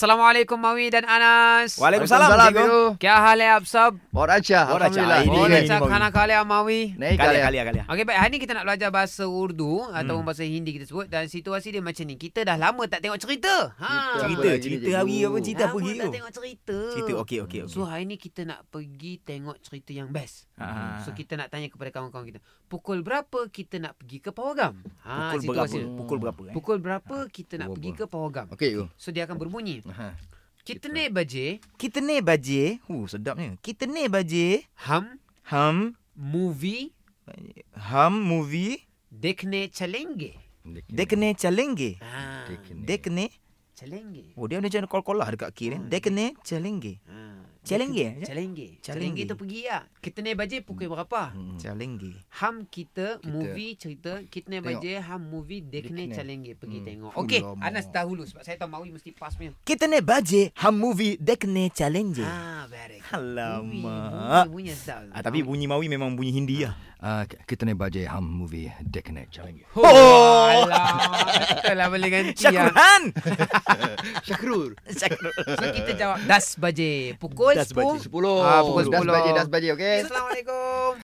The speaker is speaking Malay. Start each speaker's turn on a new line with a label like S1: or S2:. S1: असलम Mawi dan Anas
S2: वालेकुम
S3: वालेकुम
S2: देखो
S3: देखो।
S1: क्या हाल है आप सब
S3: बहुत अच्छा
S2: बहुत अच्छा,
S3: Alhamdulillah
S2: ini
S1: और
S2: dia
S1: अच्छा
S2: Mawi.
S1: खाना खा लिया Mawi
S4: Eh,
S3: Naik
S2: Kalia
S3: kali
S2: kalia kalia.
S1: Okey baik hari ni kita nak belajar bahasa Urdu hmm. ataupun bahasa Hindi kita sebut dan situasi dia macam ni. Kita dah lama tak tengok cerita.
S4: Ah,
S1: Ha.
S3: Cerita.
S2: Cerita
S3: lagi ni,
S2: cerita
S3: cikgu?
S2: hari apa cerita
S1: lama
S2: apa hari tu?
S1: tak Ah, tengok cerita.
S2: Cerita okey okey okey.
S1: So hari ni kita nak pergi tengok cerita yang best.
S2: Ha.
S1: So kita nak tanya kepada kawan-kawan kita. Pukul berapa kita nak pergi ke Pawagam? Ha,
S2: Pukul berapa?
S1: situasi dia.
S2: Pukul berapa eh?
S1: Pukul berapa kita nak
S3: Pukul
S1: pergi ke Pawagam?
S3: Okey you.
S1: So dia akan berbunyi.
S3: Ha.
S1: Kitne baje
S4: Kita ni baje. Hu, sedapnya. Kita ni baje.
S1: हम
S4: Ham.
S1: Movie
S4: Ham movie.
S1: देखने चलेंगे
S2: Hmm.
S4: Dekne calengge.
S3: Ah.
S1: हाँ,
S4: Dekne.
S1: चलेंगे
S4: Oh, dia macam kol-kolah dekat
S1: Ah,
S4: kiri. Dekne calengge.
S3: Ah.
S1: हाँ,
S4: Challenge eh?
S1: चलेंगे चलेंगे
S4: Challenge.
S1: तो pergi ya कितने बजे
S3: Hmm.
S1: pukul berapa
S2: Hmm.
S4: Calengge.
S1: हम kita, movie cerita कितने
S3: Tengok. Hmm.
S1: बजे हम movie देखने चलेंगे pergi tengok
S3: Full
S1: okey
S3: lama.
S1: Anas tahu dulu sebab saya tahu Mawi mesti pas punya
S4: Kita ni baje. Ham movie. Dekne calengge.
S1: ah very good Ui,
S4: Alamak.
S1: bunyi bunyi asal
S2: Ah, tapi bunyi Mawi memang bunyi Hindi lah.
S3: Ah, kita ni baje ham movie dekne challenge.
S1: oh, oh. alamak betul lah boleh ganti ya.
S4: Syakran.
S3: Syakrul.
S1: so kita jawab das baje pukul
S2: Das baje.
S1: 10
S3: Sepuluh.
S1: Ah, pukul
S3: lah, Das
S1: sepuluh.
S3: baje, das baje, okey?
S1: Assalamualaikum